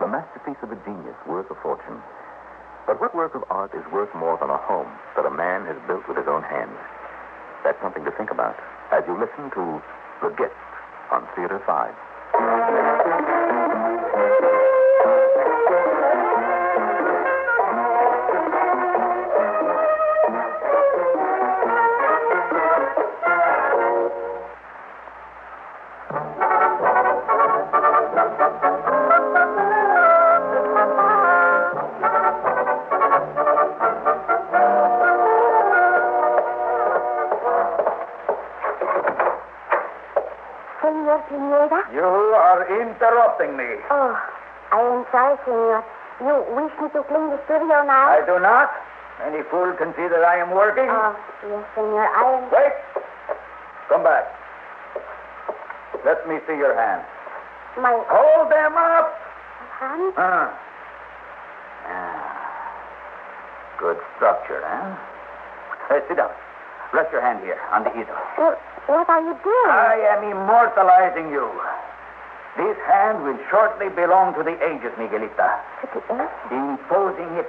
the masterpiece of a genius worth a fortune. But what work of art is worth more than a home that a man has built with his own hands? That's something to think about as you listen to The Gift on Theater 5. Senor Pineda? You are interrupting me. Oh, I am sorry, senor. You wish me to clean the studio now? I do not. Any fool can see that I am working. Oh, yes, senor. I am. Wait. Come back. Let me see your hands. My Hold them up. hand? Huh. Ah. Good structure, huh? Hey, sit down. Rest your hand here on the easel. What, what are you doing? I uh, am immortalizing you. This hand will shortly belong to the ages, Miguelita. To the end? In posing it,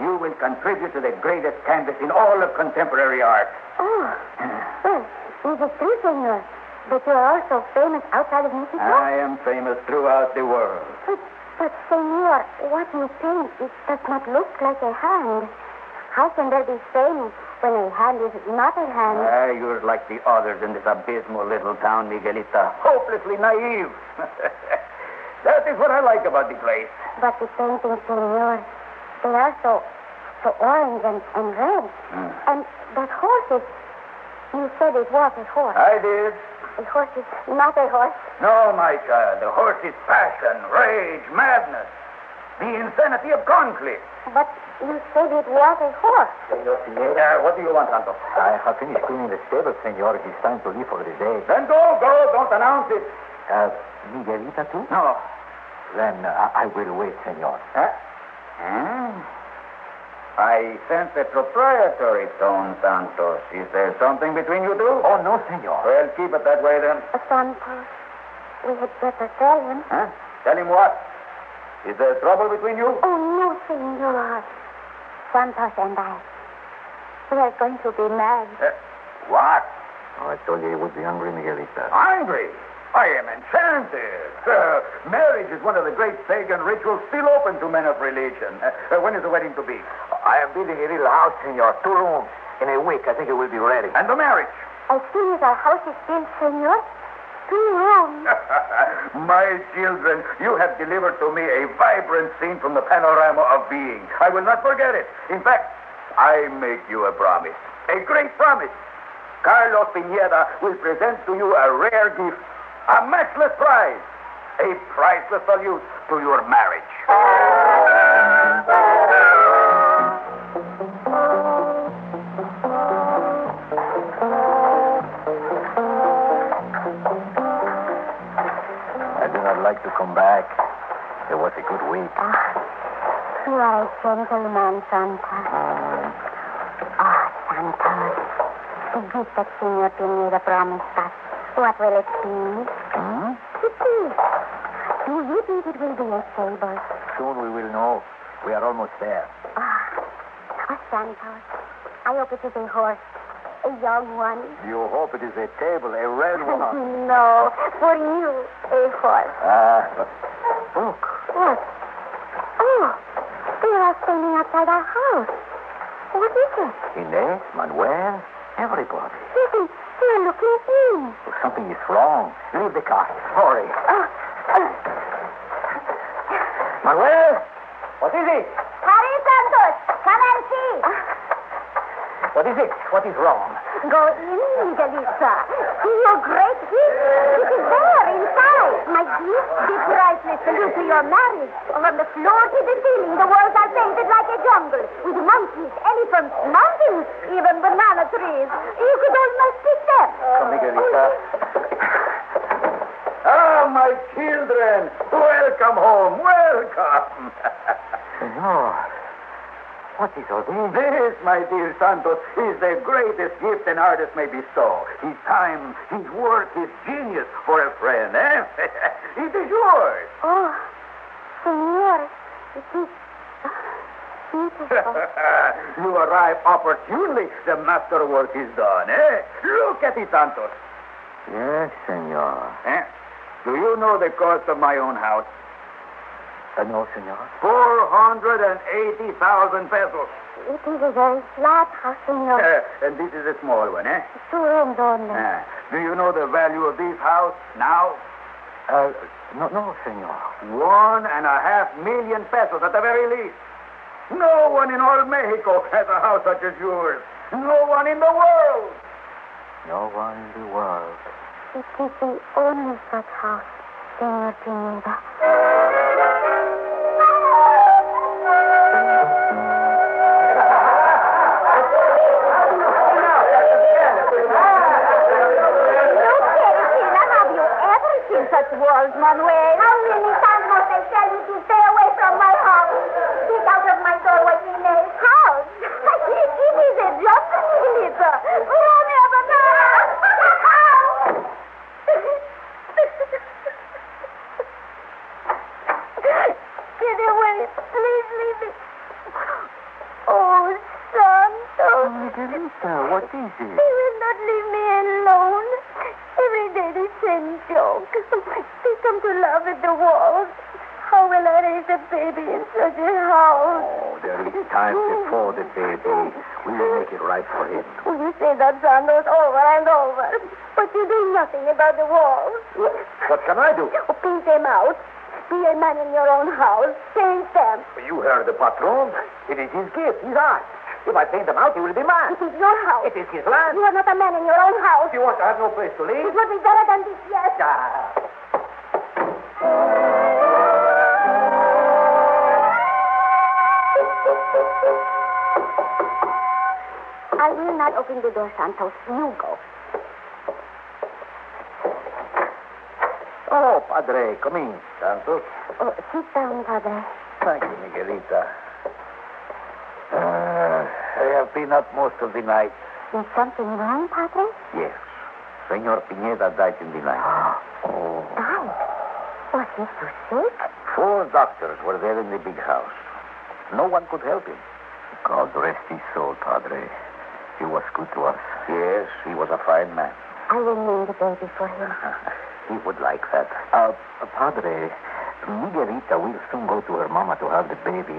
you will contribute to the greatest canvas in all of contemporary art. Oh, well, it is true, senor. But you are also famous outside of Mexico? I am famous throughout the world. But, but, senor, what you paint, it does not look like a hand. How can there be fame when a hand is not a hand? Ah, you're like the others in this abysmal little town, Miguelita. Hopelessly naive. that is what I like about the place. But the paintings, senor, they are so, so orange and, and red. Hmm. And that horse is, you said it was a horse. I did. a horse is not a horse. No, my child. The horse is passion, rage, madness, the insanity of conflict. But you said it was a horse. Senor Pineda. what do you want, Santos? I have finished cleaning the stable, senor. It's time to leave for the day. Then go, go. Don't announce it. Uh, Miguelita, too? No. Then uh, I will wait, senor. Huh? Hmm? I sense a proprietary tone, Santos. Is there something between you two? Oh, no, senor. Well, keep it that way then. But Santos, we had better tell him. Huh? Tell him what? Is there trouble between you? Oh, no, senor. Santos and I, we are going to be married. Uh, what? Oh, I told you you would be hungry, Miguelita. Angry? I am enchanted. Uh, marriage is one of the great pagan rituals still open to men of religion. Uh, uh, when is the wedding to be? I am building a little house, senor. Two rooms. In a week, I think it will be ready. And the marriage? As soon as our house is built, senor, two rooms. My children, you have delivered to me a vibrant scene from the panorama of being. I will not forget it. In fact, I make you a promise, a great promise. Carlos Pineda will present to you a rare gift, a matchless prize, a priceless salute to your marriage. I do not like to come back. It was a good week. You are Ah, a gentleman, Santos. Ah, Santos. The gift that Senor Pineda promised us. What will it be? Hmm? Kitty. Do you think it will be a stable? Soon we will know. We are almost there. Ah, oh, Santos. I hope it is a horse. A young one. You hope it is a table, a red one. No, for you, a horse. Ah, but look. What? Oh, they are standing outside our house. What is it? Inez, Manuel, everybody. Listen, they are looking at me. If something is wrong, leave the car. Hurry. Oh, oh. Manuel, what is it? Hurry, Santos. Come and see. Ah, What is it? What is wrong? Go in, Miguelita. See your great gift. It is there, inside. My gift, the priceless salute to your marriage. From the floor to the ceiling, the walls are painted like a jungle, with monkeys, elephants, mountains, even banana trees. You could almost pick them. Come, Miguelita. Ah, my children, welcome home, welcome. Senor, what is all this? this, my dear Santos, is the greatest gift an artist may bestow. His time, his work, his genius for a friend, eh? it is yours. Oh, senor, Beautiful. you arrive opportunely. The masterwork is done, eh? Look at it, Santos. Yes, senor. Eh? Do you know the cost of my own house? Uh, no, senor. 480,000 pesos. It is a very flat house, senor. Eh, and this is a small one, eh? Two rooms only. Ah, do you know the value of this house now? Uh, no, no, senor. One and a half million pesos at the very least. No one in all Mexico has a house such as yours. No one in the world. No one in the world. It is the only such house, senor Pineda. Such walls, Manuel. How many times must I tell you to stay away from my house? Get out of my doorway, Inez. House? it is a job, Philippa. Romeo, but Get away. Please leave me. Oh, Santos. Miguelita, what is it? He will not leave me alone. Every day the same joke. They come to laugh at the walls. How will I raise a baby in such a house? Oh, there is time before the baby. We will make it right for him. Will you say that, Santos, over and over? But you do nothing about the walls. What can I do? Oh, Pay them out. Be a man in your own house. Change them. You heard the patron. It is his gift, his art. If I paint them out, he will be mine. It is your house. It is his land. You are not a man in your own house. If you want to have no place to It live, would be better than this, yes. ah, I will not open the door, Santos. You go. Oh, Padre, come in, Santos. Oh, sit down, Padre. Thank you, Miguelita. Uh, I have been up most of the night. Is something wrong, Padre? Yes. Senor Pineda died in the night. oh. Died. Was he so sick? Four doctors were there in the big house. No one could help him. God rest his soul, Padre. He was good to us. Yes, he was a fine man. I will name the baby for him. he would like that. Uh, Padre, Miguelita will soon go to her mama to have the baby.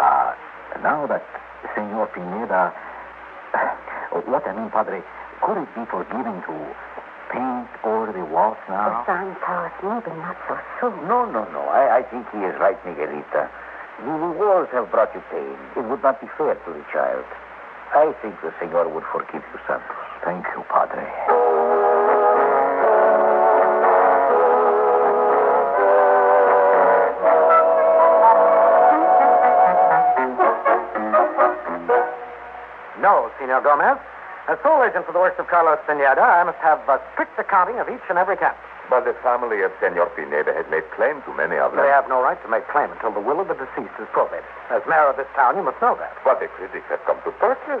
Uh, now that Senor Pineda. What I mean, Padre, could it be forgiven to paint over the walls now? Oh, Santos, maybe not so soon. No, no, no. I, I think he is right, Miguelita. The wars have brought you pain. It would not be fair to the child. I think the Senor would forgive you, Santos. Thank you, Padre. No, Senor Gomez. As sole agent for the works of Carlos Pineda, I must have a strict accounting of each and every cap. But the family of Senor Pineda has made claim to many of They have no right to make claim until the will of the deceased is probated. As mayor of this town, you must know that. But the critics have come to purchase.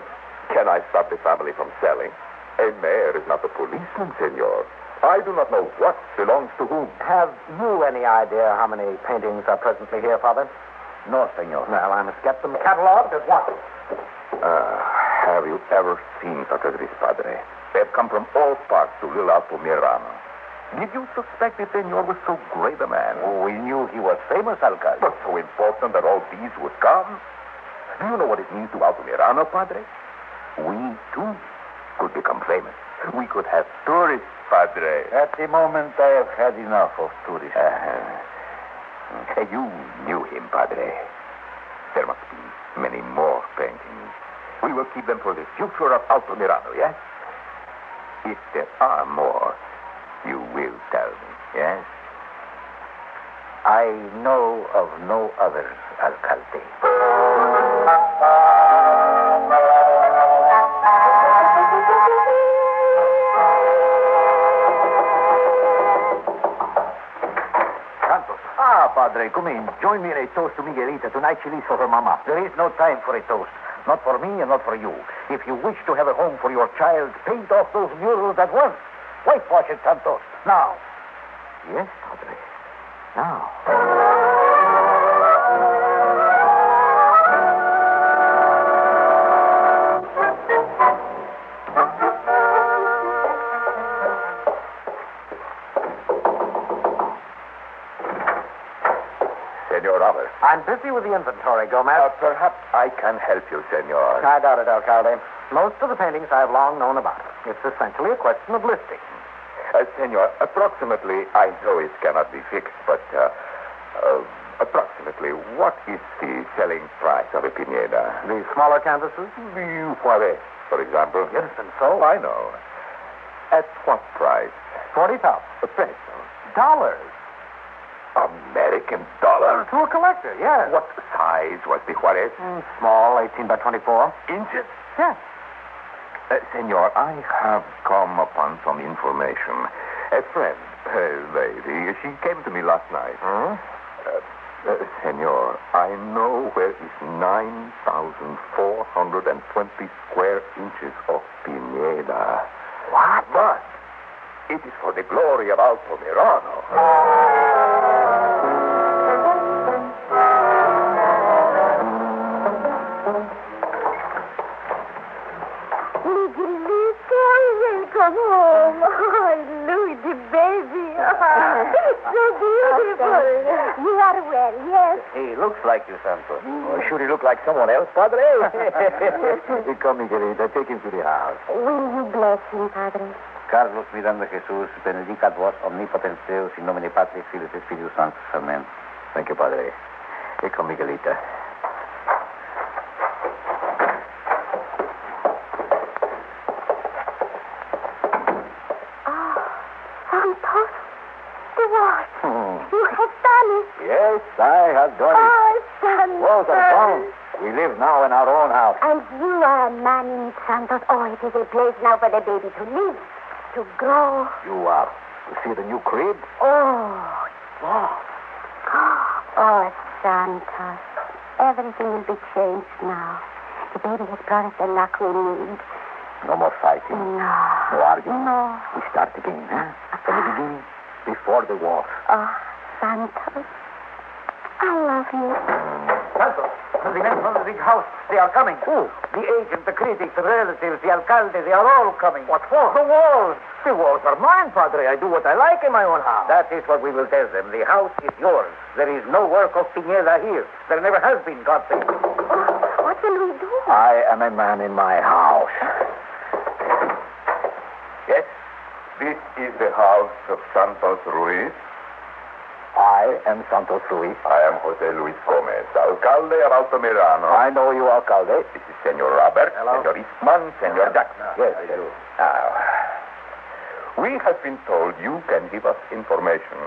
Can I stop the family from selling? A mayor is not a policeman, senor. I do not know what belongs to whom. Have you any idea how many paintings are presently here, Father? No, Senor. Well, I must get them cataloged at once. Uh, have you ever seen such as this, Padre? They have come from all parts to lure out Pomerano. Did you suspect the senor was so great a man? Oh, we knew he was famous, Alcalde. But so important that all these would come? Do you know what it means to Altamirano, Padre? We, too, could become famous. We could have tourists, Padre. At the moment, I have had enough of tourists. Uh, you knew him, Padre. There must be many more paintings. We will keep them for the future of Altamirano, yes? If there are more, you will tell me, yes? I know of no others, Alcalde. Santos. Ah, Padre, come in. Join me in a toast to Miguelita. Tonight she leaves for her mama. There is no time for a toast. Not for me and not for you. If you wish to have a home for your child, paint off those murals at once. Whitewash it, Santos. Now. Yes, Padre. Now. Senor Alves. I'm busy with the inventory, Uh, Gomez. perhaps I can help you, Senor. I doubt it, Alcalde. Most of the paintings I've long known about. It's essentially a question of listing. Uh, senor, approximately, I know it cannot be fixed, but uh, uh, approximately, what is the selling price of a Pineda? The smaller canvases? The Juarez, for example. Yes, and so? I know. At what price? 40,000. A peso. Dollars. American dollars? To a collector, yes. What size was the Juarez? Mm, small, 18 by 24. Inches? Yes. Uh, senor, I have come upon some information. A friend, a lady, she came to me last night. Hmm? Uh, uh, senor, I know where is 9,420 square inches of pineda. What? But it is for the glory of Altamirano. Miguelito, welcome home. Oh, Louis, the baby. it's so beautiful. you are well, yes? He looks like you, Santos. Or Oh, should he look like someone else, Padre? Come, Miguelita. Take him to the house. Will you bless him, Padre? Carlos, mirando a Jesús, benedicat vos omnipotens Deus in nomine Patris, Filii et Spiritus Sanctus. Amen. Thank you, Padre. Ecco, Miguelita. Oh, Santos, the watch. You have done it. Mm. Yes, I have done it. Oh, Ah, Santos. Walls are gone. We live now in our own house. And you are a man in it, Santos. Oh, it is a place now for the baby to live, to grow. You are. You see the new crib? Oh, yes. Oh, Santos. Everything will be changed now. The baby has brought us the luck we need. No more fighting. No. No argument. No. We start again, huh? From the beginning, before the war. Oh, Santos. I love you. Santos, the men from the big house, they are coming. Who? The agent, the critics, the relatives, the alcalde, they are all coming. What for? The walls. The walls are mine, Padre. I do what I like in my own house. That is what we will tell them. The house is yours. There is no work of Pineda here. There never has been, God save you. Oh, what will we do? I am a man in my house. Yes, this is the house of Santos Ruiz. I am Santos Luis. I am Jose Luis Gomez, alcalde of Altamirano. I know you, Alcalde. This is Senor Robert, Senor Eastman, Senor Jackson. Yes, I do. Now, we have been told you can give us information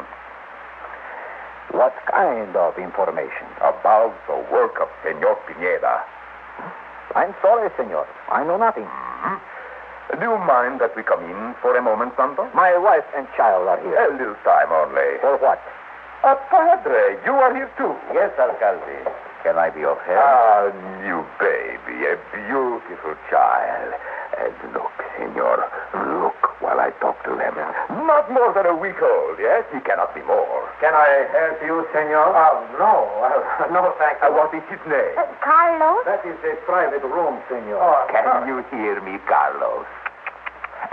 What kind of information? about the work of Senor Pineda. I'm sorry, senor. I know nothing. Do you mind that we come in for a moment, Santos? My wife and child are here. A little time only. For what? Uh, padre, you are here too. Yes, Alcalde. Can I be of help? Ah, new baby, a beautiful child. And look, senor, look while I talk to him. Not more than a week old, yes? He cannot be more. Can I help you, senor? Oh, no. no, thanks. Ah, Uh, what is his name? Oh, Uh, Carlos? That is a private room, senor. Ah, Can you hear me, Carlos?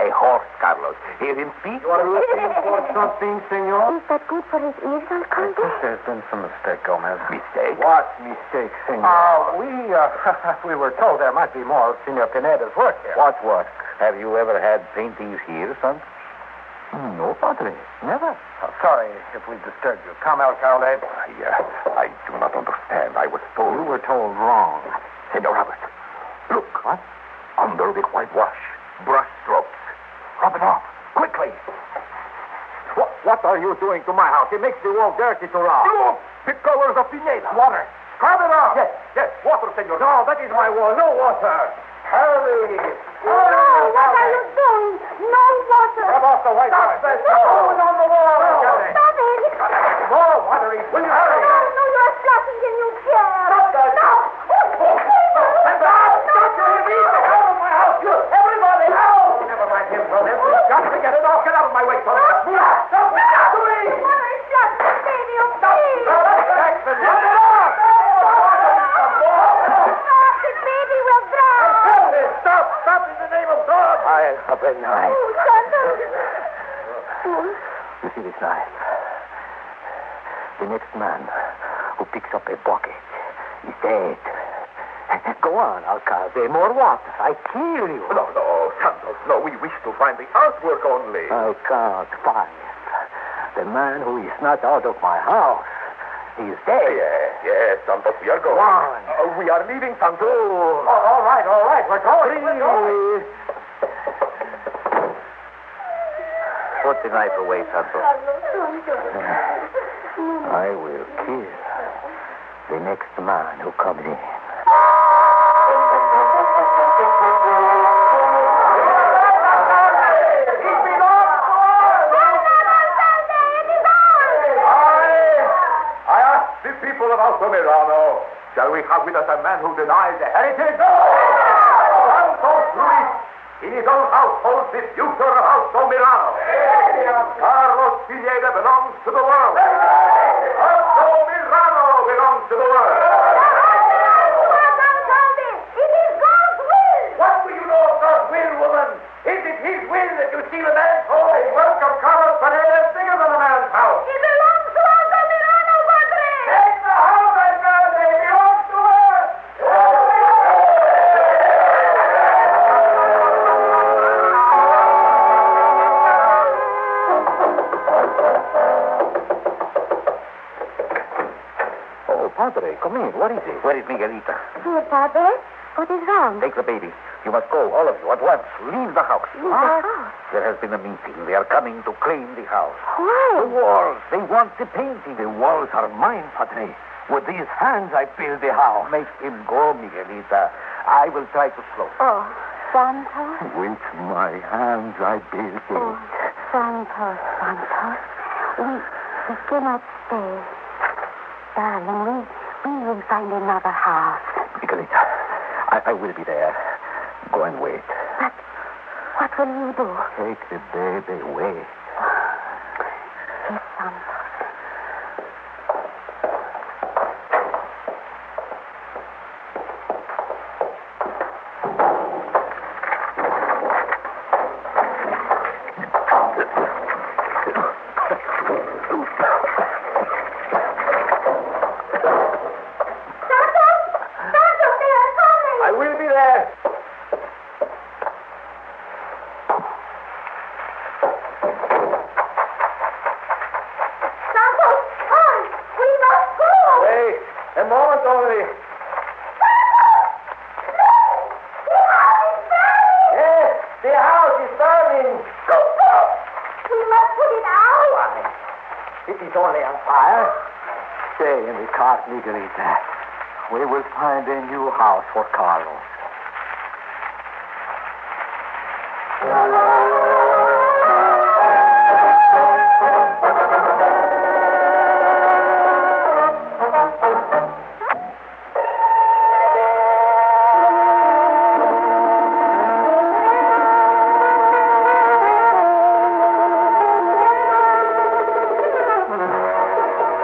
A horse, Carlos. Hear him speak? You are looking for something, senor? Is that good for his ears, Alcalde? There's been some mistake, Gomez. Mistake? What mistake, senor? Ah. Uh, we, uh, we were told there might be more of Senor Pineda's work here. What work? Have you ever had paintings here, son? No, Padre. Hmm, Never. Uh, sorry if we disturbed you. Come, Alcalde. I, uh, I do not understand. I was told. were told wrong. Senor Robert, look. What? Under the whitewash. Brush strokes. Rub it off. Quickly. What, what are you doing to my house? It makes the wall dirty to rob. Remove the colors of Pineda. Water. Scrub it off. Yes, yes. Water, senor. No, that is my wall. No water. Hurry. No, what are you doing? No water. Scrub off the white Stop wash. that. No. on the wall. No. Stop it. More water. Will you Oh, hurry? no, you are flashing the new chair. No. uh, Oh, Never mind him, brother. We've got to get it off. Get out of my way, brother. Jackson, rub it off. Stop! Stop in the name of God! I uh, have a knife. You see this knife? The next man who picks up a bucket is dead. Go on, Alcalde. More water. I kill you. No, no, Santos, no. We wish to find the artwork only. Uh, I can't find the man who is not out of my house. He's dead. yes, yes, Santos, we are going. Why? Uh, we are leaving, Santos. Oh, all right, all right. We're going. We're going. Put the knife away, Santos. I will kill the next man who comes in. I, I ask the people of Alto Milano, shall we have with us a man who denies the heritage? No! Santos Luis, in his own household, the future of Alto Milano. Carlos Pineda belongs to the world. Alto Milano belongs to the world. What do you know of God's will, woman? Is it his will that you steal a man's home? The work of Carlos Pineda is bigger than a man's house. Take the house and girl, they belong to us. Oh, Padre, come in. What is it? Where is Miguelita? What is wrong? Take the baby. You must go, all of you, at once. Leave the house. Leave the house? There has been a meeting. They are coming to claim the house. The Why? walls. They want the painting. The walls are mine, Padre. With these hands, I build the house. Make him go, Miguelita. I will try to slow. Oh, Santos. With my hands, I build it. Oh, Santos, Santos. We, we cannot stay. Darling, we, we will find another house. Miguelita, I, I will be there. Go and wait. But what will you do? Take the baby away. Yes, Santos. I will be there. Santos, come! We must go! Wait, a moment only. Yes, the house is burning. Go back! We must put it out! It is only on fire. Stay in the cart, Miguelita. We will find a new house for Carlos.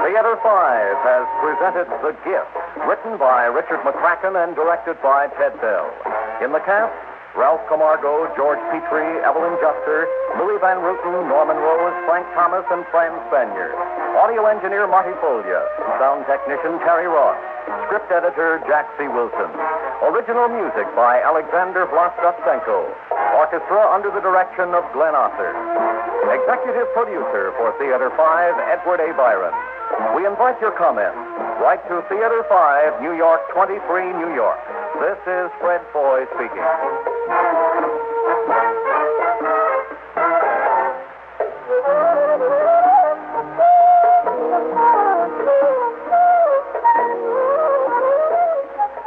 Theater 5 has presented The Gift, written by Richard McCracken and directed by Ted Bell. In the cast, Ralph Camargo, George Petrie, Evelyn Juster, Louis Van Ruten, Norman Rose, Frank Thomas, and Fran Spanier. Audio engineer Marty Folia. Sound technician Terry Ross. Script editor Jack C. Wilson. Original music by Alexander Vlastotsenko. Orchestra under the direction of Glenn Arthur. Executive producer for Theater 5, Edward A. Byron. We invite your comments. Write to Theater 5, New York 23, New York. This is Fred Foy speaking.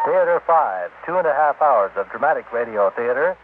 Theater 5, two and a half hours of dramatic radio theater.